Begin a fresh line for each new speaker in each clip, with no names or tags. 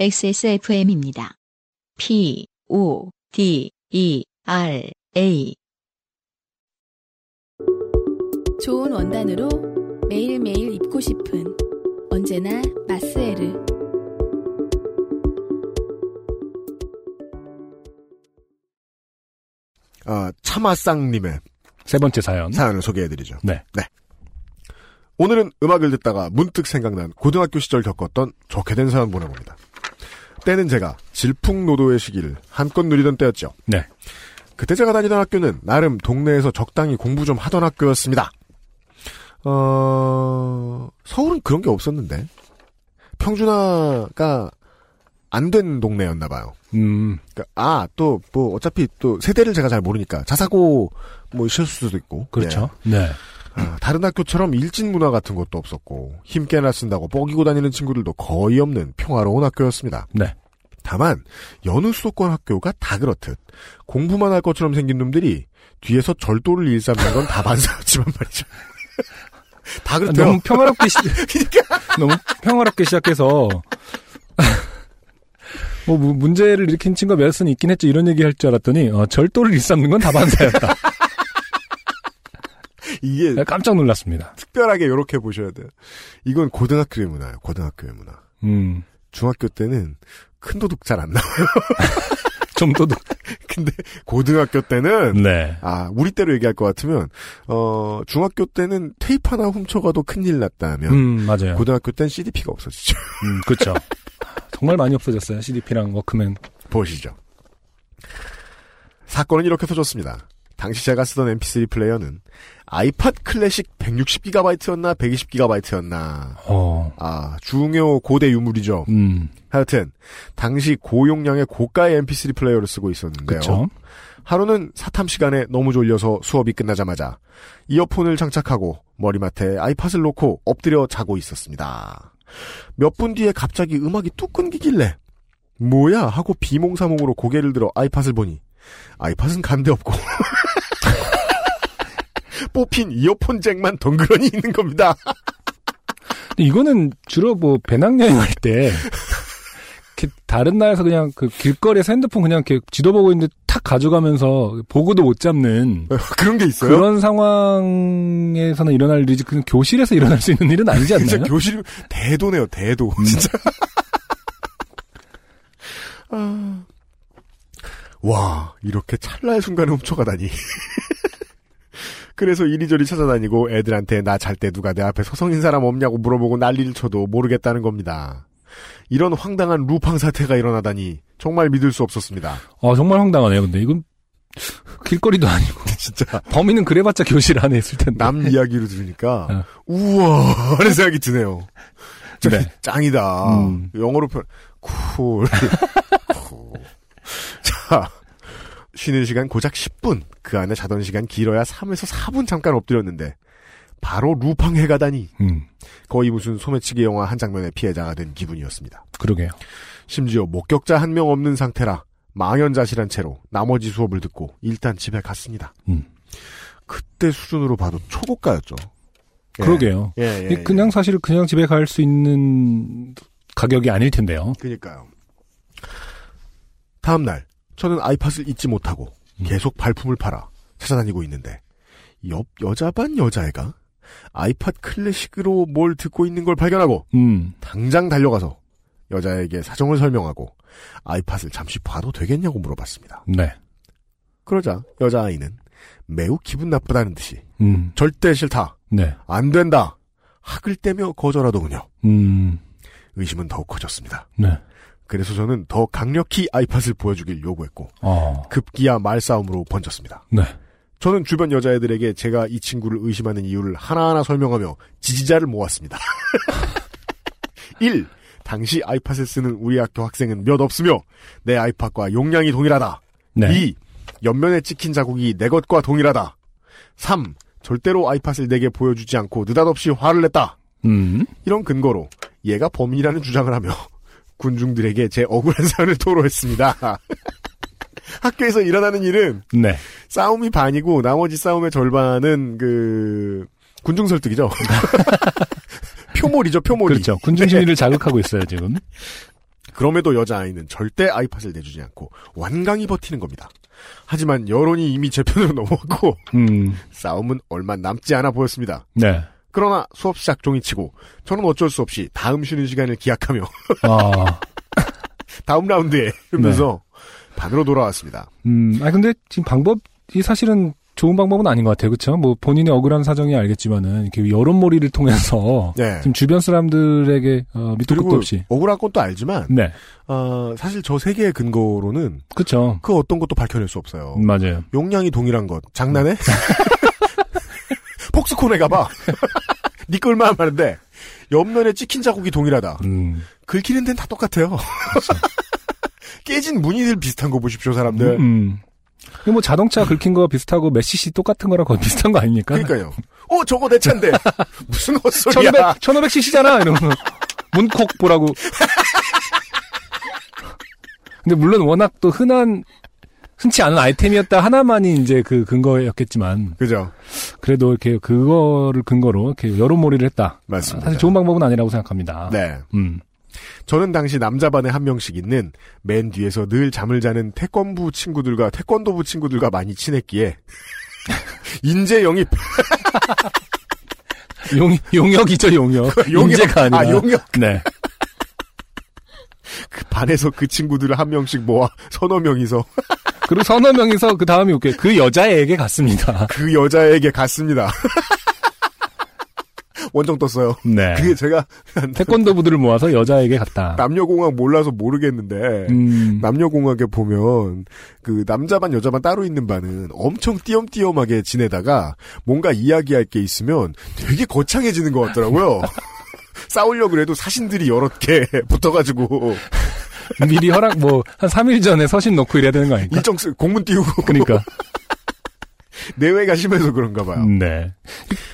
XSFM입니다. P, O, D, E, R, A.
좋은 원단으로 매일매일 입고 싶은 언제나 마스에르
아, 차마쌍님의
세 번째 사연.
사연을 소개해드리죠.
네.
오늘은 음악을 듣다가 문득 생각난 고등학교 시절 겪었던 좋게 된 사연 보내봅니다. 때는 제가 질풍노도의 시기를 한껏 누리던 때였죠.
네.
그때 제가 다니던 학교는 나름 동네에서 적당히 공부 좀 하던 학교였습니다. 어, 서울은 그런 게 없었는데. 평준화가 안 된 동네였나 봐요.
음,
그러니까 아, 또, 뭐, 어차피 또 세대를 제가 잘 모르니까 자사고, 뭐, 실수도 있고. 예.
그렇죠. 네.
아, 다른 학교처럼 일진 문화 같은 것도 없었고 힘 깨나 쓴다고 뻐기고 다니는 친구들도 거의 없는 평화로운 학교였습니다.
네.
다만 여느 수도권 학교가 다 그렇듯 공부만 할 것처럼 생긴 놈들이 뒤에서 절도를 일삼는 건 다 반사였지만 말이죠. 다 그렇대요. 그러니까.
너무 평화롭게 시, 너무 평화롭게 시작해서 뭐 무- 문제를 일으킨 친구가 몇 수는 있긴 했죠. 이런 얘기 할 줄 알았더니 어, 절도를 일삼는 건 다반사였다. 네,
이게
깜짝 놀랐습니다.
특별하게 이렇게 보셔야 돼요. 이건 고등학교의 문화예요. 고등학교의 문화.
음,
중학교 때는 큰 도둑 잘 안 나와요.
좀 도둑.
근데 고등학교 때는
네.
아, 우리 때로 얘기할 것 같으면, 어, 중학교 때는 테이프 하나 훔쳐가도 큰일 났다면,
음, 맞아요.
고등학교 땐 CDP가 없어지죠.
음, 그렇죠. 정말 많이 없어졌어요. CDP랑 워크맨.
보시죠. 사건은 이렇게 터졌습니다. 당시 제가 쓰던 mp3 플레이어는 아이팟 클래식 160GB였나 120GB였나.
어,
아, 중요 고대 유물이죠.
음,
네, 하여튼, 당시 고용량의 고가의 mp3 플레이어를 쓰고 있었는데요.
그렇죠.
하루는 사탐 시간에 너무 졸려서 수업이 끝나자마자 이어폰을 장착하고 머리맡에 아이팟을 놓고 엎드려 자고 있었습니다. 몇 분 뒤에 갑자기 음악이 뚝 끊기길래 뭐야 하고 비몽사몽으로 고개를 들어 아이팟을 보니 아이팟은 간데 없고 뽑힌 이어폰 잭만 덩그러니 있는 겁니다.
근데 이거는 주로 뭐 배낭여행할 때 이렇게 다른 나라에서 그냥 그 길거리에서 핸드폰 그냥 이렇게 지도 보고 있는데 탁 가져가면서 보고도 못 잡는
그런 게 있어요?
그런 상황에서는 일어날 일이지 그냥 교실에서 일어날 수 있는 일은 아니지
진짜
않나요? 음.
교실 대도네요 대도 진짜 아. 와 이렇게 찰나의 순간에 훔쳐가다니 그래서 이리저리 찾아다니고 애들한테 나 잘 때 누가 내 앞에 서성인 사람 없냐고 물어보고 난리를 쳐도 모르겠다는 겁니다 이런 황당한 루팡 사태가 일어나다니 정말 믿을 수 없었습니다
아 정말 황당하네요. 근데 이건 길거리도 아니고
진짜
범인은 그래봤자 교실 안에 있을 텐데.
남 이야기로 들으니까
어.
우와 하는 생각이 드네요 저기
네.
짱이다.
음.
영어로 표현, 쿨. 쿨. 자, 쉬는 시간 고작 10분. 그 안에 자던 시간 길어야 3에서 4분 잠깐 엎드렸는데, 바로 루팡에 가다니.
음
거의 무슨 소매치기 영화 한 장면의 피해자가 된 기분이었습니다.
그러게요.
심지어 목격자 한 명 없는 상태라 망연자실한 채로 나머지 수업을 듣고 일단 집에 갔습니다.
음.
그때 수준으로 봐도 초고가였죠. 예.
그러게요.
예, 예,
이
예.
그냥 사실 그냥 집에 갈 수 있는 가격이 아닐 텐데요.
그니까요. 다음 날 저는 아이팟을 잊지 못하고
음.
계속 발품을 팔아 찾아다니고 있는데 옆 여자 반 여자애가 아이팟 클래식으로 뭘 듣고 있는 걸 발견하고
음
당장 달려가서 여자에게 사정을 설명하고 아이팟을 잠시 봐도 되겠냐고 물어봤습니다.
네.
그러자 여자아이는 매우 기분 나쁘다는 듯이
음
절대 싫다.
네.
안 된다. 학을 떼며 거절하더군요.
음
의심은 더욱 커졌습니다.
네.
그래서 저는 더 강력히 아이팟을 보여주길 요구했고
어.
급기야 말싸움으로 번졌습니다.
네.
저는 주변 여자애들에게 제가 이 친구를 의심하는 이유를 하나하나 설명하며 지지자를 모았습니다. 1. 당시 아이팟을 쓰는 우리 학교 학생은 몇 없으며 내 아이팟과 용량이 동일하다.
네.
2. 옆면에 찍힌 자국이 내 것과 동일하다. 3. 절대로 아이팟을 내게 보여주지 않고 느닷없이 화를 냈다.
음.
이런 근거로 얘가 범인이라는 주장을 하며 군중들에게 제 억울한 사연을 토로했습니다. 학교에서 일어나는 일은
네.
싸움이 반이고 나머지 싸움의 절반은 그 군중 설득이죠. 표몰이죠, 표몰이.
네. 그렇죠. 군중 심리를 자극하고 있어요, 지금.
그럼에도 여자아이는 절대 아이팟을 내주지 않고 완강히 버티는 겁니다. 하지만 여론이 이미 제 편으로 넘어왔고
음,
싸움은 얼마 남지 않아 보였습니다.
네.
그러나 수업 시작 종이 치고 저는 어쩔 수 없이 다음 쉬는 시간을 기약하며
아,
다음 라운드에 이러면서
네.
반으로 돌아왔습니다.
음, 아 근데 지금 방법이 사실은 좋은 방법은 아닌 것 같아요, 그렇죠? 뭐 본인의 억울한 사정이 알겠지만은 이렇게 여론몰이를 통해서
네.
지금 주변 사람들에게 어, 밑도 끝도 없이,
억울한 건 또 알지만
네,
어, 사실 저 세 개의 근거로는
그렇죠.
그 어떤 것도 밝혀낼 수 없어요.
음, 맞아요.
용량이 동일한 것 장난해? 폭스콘에 가봐. 니거 얼마나 많은데 옆면에 찍힌 자국이 동일하다.
음, 그렇죠.
긁히는 데는 다 똑같아요. 깨진 무늬들 비슷한 거 보십시오 사람들.
음. 이게 뭐 자동차 긁힌 거 비슷하고 몇 cc 똑같은 거랑 거의 비슷한 거 아닙니까?
그러니까요. 어 저거 내 차인데 무슨 헛소리야.
1500, 1500cc잖아! 이러면. 문콕 보라고. 근데 물론 워낙 또 흔한, 흔치 않은 아이템이었다 하나만이 이제 그 근거였겠지만,
그죠.
그래도 이렇게 그거를 근거로 이렇게 여론몰이를 했다.
맞습니다.
사실 좋은 방법은 아니라고 생각합니다.
네.
음.
저는 당시 남자반에 한 명씩 있는 맨 뒤에서 늘 잠을 자는 태권부 친구들과 태권도부 친구들과 많이 친했기에 인재 영입
용, 용역이죠, 용역.
용역.
인재가 아니라.
아, 용역.
네.
그 반에서 그 친구들을 한 명씩 모아 서너 명이서
그리고 서너 명이서 그 다음이 웃겨요. 그 여자에게 갔습니다.
그 여자에게 갔습니다. 원정 떴어요.
네.
그게 제가
태권도부들을 모아서 여자에게 갔다.
남녀공학 몰라서 모르겠는데
음.
남녀공학에 보면 그 남자반 여자반 따로 있는 반은 엄청 띄엄띄엄하게 지내다가 뭔가 이야기할 게 있으면 되게 거창해지는 것 같더라고요. 싸우려고 그래도 사신들이 여러 개 붙어가지고
미리 허락 뭐 한 3일 전에 서신 넣고 이래야 되는 거 아닐까?
일정 수 공문 띄우고
그러니까.
내외가 심해서 그런가 봐요.
네.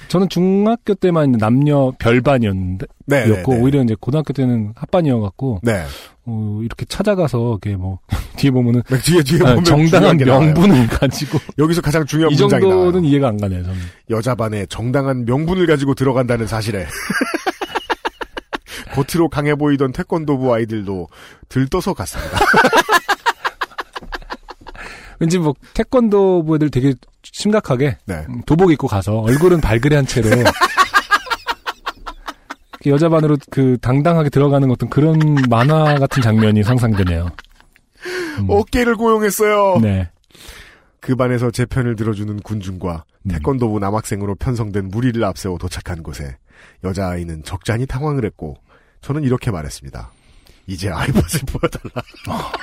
저는 중학교 때만 이제 남녀 별반이었는데
네,
였고
네, 네.
오히려 이제 고등학교 때는 합반이어 갖고
네.
어, 이렇게 찾아가서 이렇게 뭐 뒤에 보면은
네, 뒤에 뒤에
아,
보면
정당한
중요한 게 나와요.
명분을 가지고
여기서 가장 중요한
이
문장이 나와요.
정도는 이해가 안 가네요. 저는.
여자반에 정당한 명분을 가지고 들어간다는 사실에 겉으로 강해 보이던 태권도부 아이들도 들떠서 갔습니다.
왠지 뭐 태권도부 애들 되게 심각하게
네.
음, 도복 입고 가서 얼굴은 발그레한 채로 이렇게 여자반으로 그 당당하게 들어가는 어떤 그런 만화 같은 장면이 상상되네요. 음,
어깨를 고용했어요.
네.
그 반에서 제 편을 들어주는 군중과
음.
태권도부 남학생으로 편성된 무리를 앞세워 도착한 곳에 여자아이는 적잖이 당황을 했고 저는 이렇게 말했습니다. 이제 아이팟을 보여달라.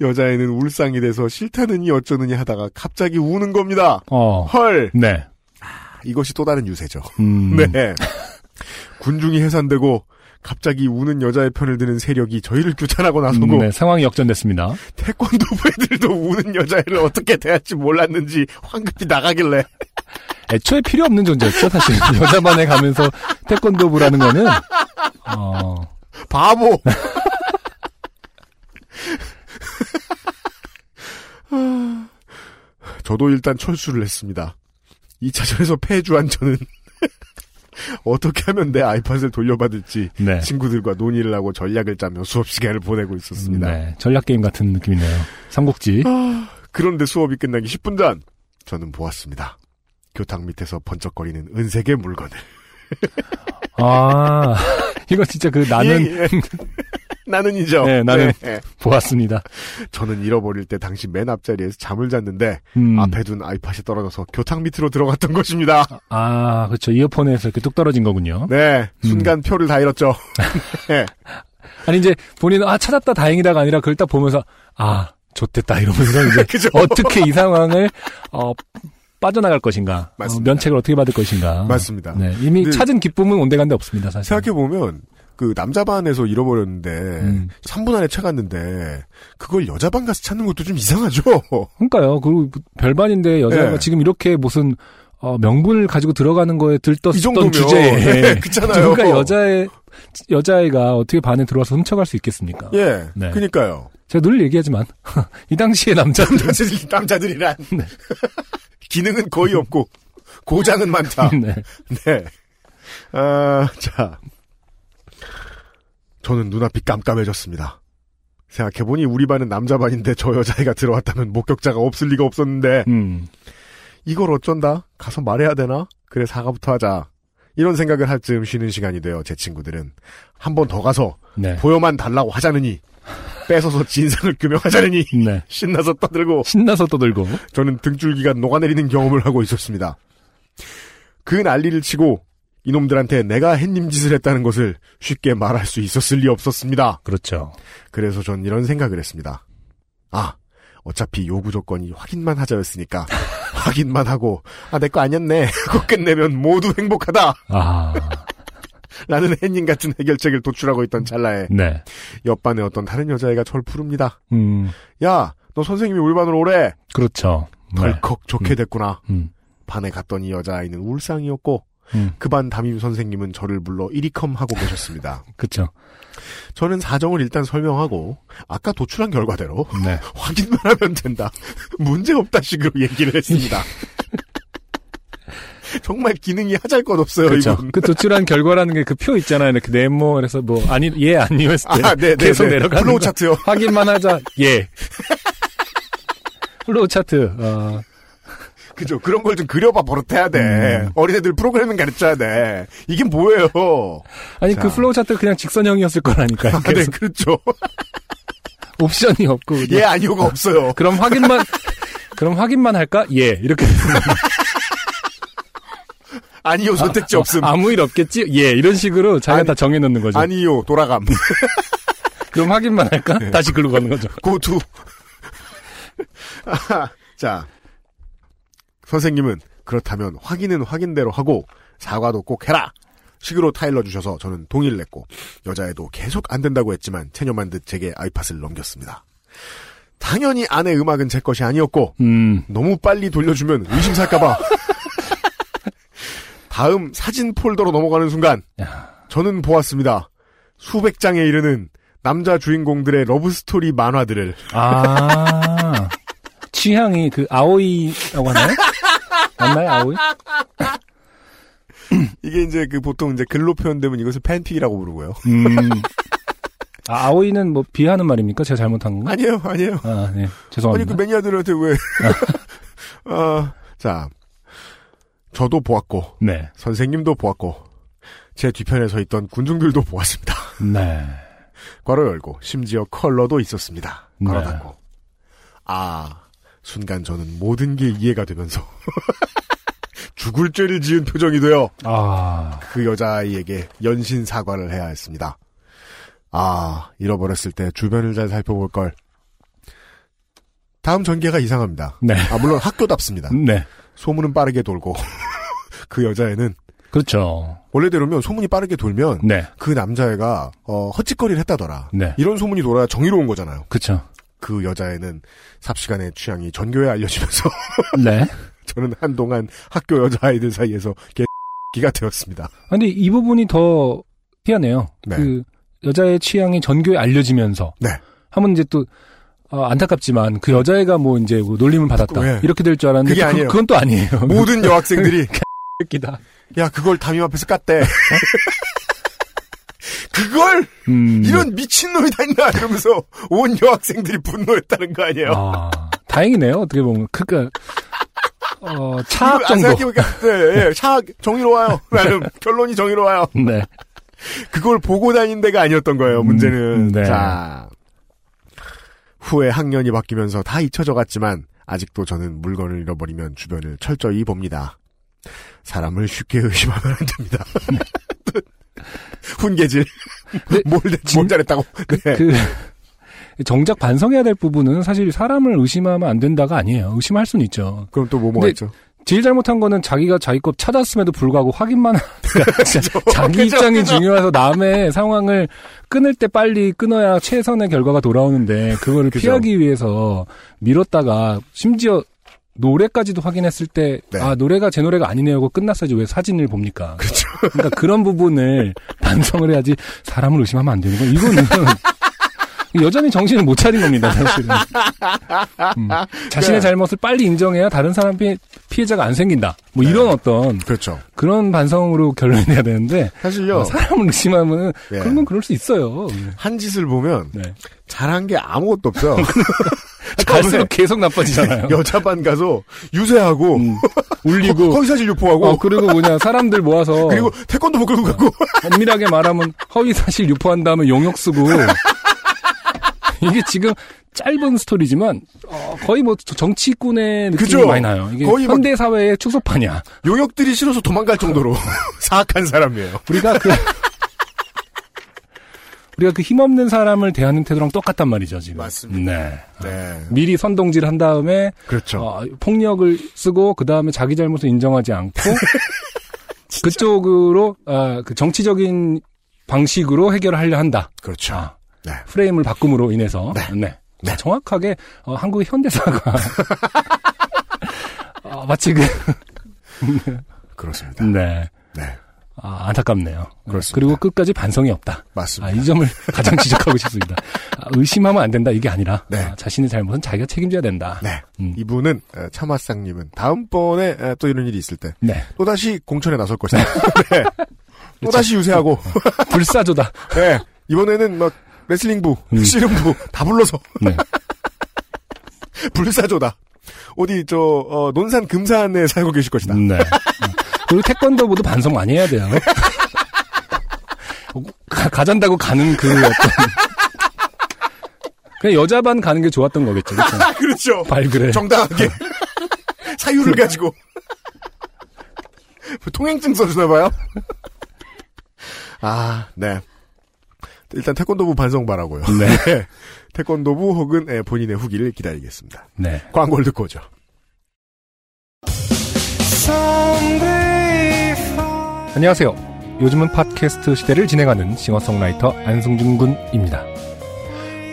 여자애는 울상이 돼서 싫다느니 어쩌느니 하다가 갑자기 우는 겁니다.
어.
헐!
네.
이것이 또 다른 유세죠.
음.
네. 군중이 해산되고 갑자기 우는 여자의 편을 드는 세력이 저희를 규탄하고 나서고
음, 네, 상황이 역전됐습니다.
태권도 부애들도 우는 여자애를 어떻게 대할지 몰랐는지 황급히 나가길래
애초에 필요 없는 존재였죠, 사실. 여자반에 가면서 태권도부라는 거는, 어,
바보. 저도 일단 철수를 했습니다. 2차전에서 패주한 저는 어떻게 하면 내 아이팟을 돌려받을지
네.
친구들과 논의를 하고 전략을 짜며 수업 시간을 보내고 있었습니다.
네. 전략게임 같은 느낌이네요. 삼국지.
그런데 수업이 끝나기 10분 전 저는 보았습니다. 교탁 밑에서 번쩍거리는 은색의 물건을
아, 이거 진짜 그 나는
예, 예. 나는이죠.
네, 나는.
네, 네.
보았습니다.
저는 잃어버릴 때 당시 맨 앞자리에서 잠을 잤는데
음.
앞에 둔 아이팟이 떨어져서 교탁 밑으로 들어갔던 것입니다.
아, 그렇죠. 이어폰에서 이렇게 뚝 떨어진 거군요.
네,
음.
순간 표를 다 잃었죠. 네,
아니, 이제 본인은, 아, 찾았다, 다행이다가 아니라 그걸 딱 보면서, 아, 좋됐다, 이러면서 이제
그죠?
어떻게 이 상황을, 어, 빠져나갈 것인가. 어,
맞습니다.
면책을 어떻게 받을 것인가.
맞습니다.
네, 이미
네.
찾은 기쁨은 온데간데 없습니다, 사실.
생각해 보면 그 남자 반에서 잃어버렸는데
음.
3분 안에 채갔는데 그걸 여자 반 가서 찾는 것도 좀 이상하죠.
그러니까요. 그리고 별반인데 여자가
네.
지금 이렇게 무슨 어, 명분을 가지고 들어가는 거에
이 정도면 네,
들떴던 주제에 네.
그렇잖아요.
누가 여자애 여자애가 어떻게 반에 들어와서 훔쳐갈 수 있겠습니까?
예,
네.
그니까요.
제가 늘 얘기하지만 이 당시의 남자들 네.
남자들- 남자들이란 기능은 거의 없고 아. 고장은 많다.
네.
네. 아, 자. 저는 눈앞이 깜깜해졌습니다. 생각해보니 우리 반은 남자 반인데 저 여자애가 들어왔다면 목격자가 없을 리가 없었는데
음.
이걸 어쩐다? 가서 말해야 되나? 그래 사과부터 하자. 이런 생각을 할 즈음 쉬는 시간이 되어 제 친구들은 한 번 더 가서
네.
보여만 달라고 하자느니 뺏어서 진상을 규명하자느니
네.
신나서 떠들고
신나서 떠들고.
저는 등줄기가 녹아내리는 경험을 하고 있었습니다. 그 난리를 치고 이놈들한테 내가 햇님 짓을 했다는 것을 쉽게 말할 수 있었을 리 없었습니다.
그렇죠.
그래서 전 이런 생각을 했습니다. 아, 어차피 요구 조건이 확인만 하자였으니까 확인만 하고 아 내 거 아니었네 하고 끝내면 모두 행복하다
아.
라는 햇님 같은 해결책을 도출하고 있던 찰나에
네.
옆반에 어떤 다른 여자애가 저를 부릅니다.
음.
야, 너 선생님이 우리 반으로 오래.
그렇죠. 네.
덜컥 좋게
음.
됐구나.
음.
반에 갔더니 여자아이는 울상이었고
음.
그 반 담임 선생님은 저를 불러 이리컴 하고 계셨습니다.
그렇죠.
저는 사정을 일단 설명하고 아까 도출한 결과대로
네.
확인만 하면 된다. 문제 없다 식으로 얘기를 했습니다. 정말 기능이 하잘 것 없어요,
그렇죠.
이분.
그 도출한 결과라는 게 그 표 있잖아요. 이렇게 네모 그래서 뭐 아니 예 아니요 했을 때
아, 네, 네,
계속
네.
내려가는
플로우
거.
차트요.
확인만 하자. 예. 플로우 차트. 어,
그죠. 그런 걸 좀 그려봐 버릇해야 돼.
음.
어린애들 프로그래밍 가르쳐야 돼. 이게 뭐예요?
아니
자.
그 플로우 차트 그냥 직선형이었을 거라니까요.
아, 네,
그래서
그렇죠.
옵션이 없고 그냥
예, 아니오가 없어요.
그럼 확인만 그럼 확인만 할까? 예. 이렇게
아니요, 선택지 없음.
아무 일 없겠지? 예. 이런 식으로 자기가
아니,
다 정해 놓는 거죠.
아니요, 돌아감.
그럼 확인만 할까? 네. 다시 글로 가는 거죠.
고투. 아하, 자, 선생님은 그렇다면 확인은 확인대로 하고 사과도 꼭 해라. 식으로 타일러 주셔서 저는 동의를 했고 여자애도 계속 안 된다고 했지만 체념한 듯 제게 아이팟을 넘겼습니다. 당연히 안의 음악은 제 것이 아니었고
음.
너무 빨리 돌려주면 의심 살까봐. 다음 사진 폴더로 넘어가는 순간 저는 보았습니다. 수백 장에 이르는 남자 주인공들의 러브 스토리 만화들을
아. 취향이 그 아오이라고 하나요? 맞나요? 아오이?
이게 이제 그 보통 이제 글로 표현되면 이것을 팬픽이라고 부르고요.
음. 아, 아오이는 뭐 비하는 말입니까? 제가 잘못한 건가?
아니에요, 아니에요.
아, 네.
아니 그
죄송합니다.
매니아들한테 왜? 아, 자, 저도 보았고
네.
선생님도 보았고 제 뒤편에 서 있던 군중들도 보았습니다.
네.
괄호 열고 심지어 컬러도 있었습니다. 괄호
네.
닫고 아 순간 저는 모든 게 이해가 되면서 죽을 죄를 지은 표정이 되어
아.
그 여자아이에게 연신 사과를 해야 했습니다. 아 잃어버렸을 때 주변을 잘 살펴볼 걸. 다음 전개가 이상합니다.
네.
아 물론 학교답습니다.
네.
소문은 빠르게 돌고 그 여자애는
그렇죠.
원래대로면 소문이 빠르게 돌면
네.
그 남자애가 어, 헛짓거리를 했다더라.
네.
이런 소문이 돌아야 정의로운 거잖아요.
그렇죠.
그 여자애는 삽시간에 취향이 전교에 알려지면서
네.
저는 한동안 학교 여자아이들 사이에서 개기가 되었습니다.
아, 근데 이 부분이 더 희한해요.
네.
그 여자의 취향이 전교에 알려지면서
네.
하면 이제 또 어, 안타깝지만 그 여자애가 뭐 이제 뭐 놀림을 받았다
네.
이렇게 될 줄 알았는데
그게
그-
아니에요.
그건 또 아니에요.
모든 여학생들이
기다.
야 그걸 담임 앞에서
어?
깠대. 그걸
음.
이런 미친놈이 다 있나 이러면서 온 여학생들이 분노했다는 거 아니에요?
아, 다행이네요. 어떻게 보면 그니까 어, 차악
아,
정도.
생각해보니까 네, 예, 차악 정의로워요. 나는 결론이 정의로워요.
네.
그걸 보고 다닌 데가 아니었던 거예요, 문제는.
음, 네.
자. 후에 학년이 바뀌면서 다 잊혀져 갔지만, 아직도 저는 물건을 잃어버리면 주변을 철저히 봅니다. 사람을 쉽게 의심하면 안 됩니다. 훈계질.
근데
뭘,
네. 진-
뭘 잘했다고. 네.
그 정작 반성해야 될 부분은 사실 사람을 의심하면 안 된다가 아니에요. 의심할 수는 있죠.
그럼 또 뭐뭐
근데-
했죠?
제일 잘못한 거는 자기가 자기 것 찾았음에도 불구하고 확인만 그러니까 진짜 자기
그렇죠. 그죠,
입장이
그죠.
중요해서 남의 상황을 끊을 때 빨리 끊어야 최선의 결과가 돌아오는데 그거를
그죠.
피하기 위해서 미뤘다가 심지어 노래까지도 확인했을 때
네.
아 노래가 제 노래가 아니네요 하고 끝났어야지 왜 사진을 봅니까
그죠.
그러니까 그런 부분을 반성을 해야지 사람을 의심하면 안 되는 거 이거는 여전히 정신을 못 차린 겁니다 사실은 음, 자신의
네.
잘못을 빨리 인정해야 다른 사람이 피해자가 안 생긴다. 뭐
네.
이런 어떤
그렇죠.
그런 반성으로 결론내야 되는데
사실요.
어, 사람을 의심하면
예.
그런 건 그럴 수 있어요.
한 짓을 보면
네.
잘한 게 아무것도 없어요.
갈수록 계속 나빠지잖아요.
여자반 가서 유세하고
음, 울리고
허위 사실 유포하고
어, 그리고 뭐냐 사람들 모아서
그리고 태권도 복 끌고 가고
엄밀하게 말하면 허위 사실 유포한 다음에 용역 쓰고 이게 지금 짧은 스토리지만 어, 거의 뭐 정치꾼의 느낌이
그죠?
많이 나요. 이게
거의 막-
현대 사회의 축소판이야.
용역들이 싫어서 도망갈 정도로 사악한 사람이에요.
우리가 그 우리가 그 힘없는 사람을 대하는 태도랑 똑같단 말이죠 지금.
맞습니다.
네.
네,
미리 선동질 한 다음에
그렇죠.
어, 폭력을 쓰고 그 다음에 자기 잘못을 인정하지 않고 그쪽으로 아, 그 정치적인 방식으로 해결하려 한다.
그렇죠.
아,
네.
프레임을 바꿈으로 인해서
네. 네.
정확하게 어, 한국의 현대사가 어, 마치 그
그렇습니다.
네.
네,
아, 안타깝네요.
그렇습니다.
리고 끝까지 반성이 없다. 아,
맞습니다.
이 점을 가장 지적하고 싶습니다. 아, 의심하면 안 된다 이게 아니라
네.
아, 자신의 잘못은 자기가 책임져야 된다.
네.
음.
이분은 어, 차마상님은 다음번에 어, 또 이런 일이 있을 때
네.
또다시 공천에 나설 것이다. 네. 또다시 유세하고
불사조다.
네. 이번에는 막 레슬링부,
음.
씨름부 다 불러서
네.
불사조다. 어디 저 어, 논산 금산에 살고 계실 것이다.
네. 그리고 태권도보도 반성 많이 해야 돼요. 가, 가잔다고 가는 그 어떤. 그냥 여자반 가는 게 좋았던 거겠죠. 그쵸?
아, 그렇죠.
발그레.
정당하게 사유를 가지고 뭐 통행증 써주나 봐요. 아, 네. 일단 태권도부 반성 바라고요.
네.
네. 태권도부 혹은 예, 본인의 후기를 기다리겠습니다.
네.
광고를 듣고 오죠.
안녕하세요. 요즘은 팟캐스트 시대를 진행하는 싱어송라이터 안승준 군입니다.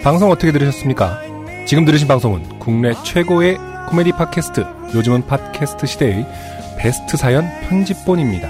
방송 어떻게 들으셨습니까? 지금 들으신 방송은 국내 최고의 코미디 팟캐스트 요즘은 팟캐스트 시대의 베스트 사연 편집본입니다.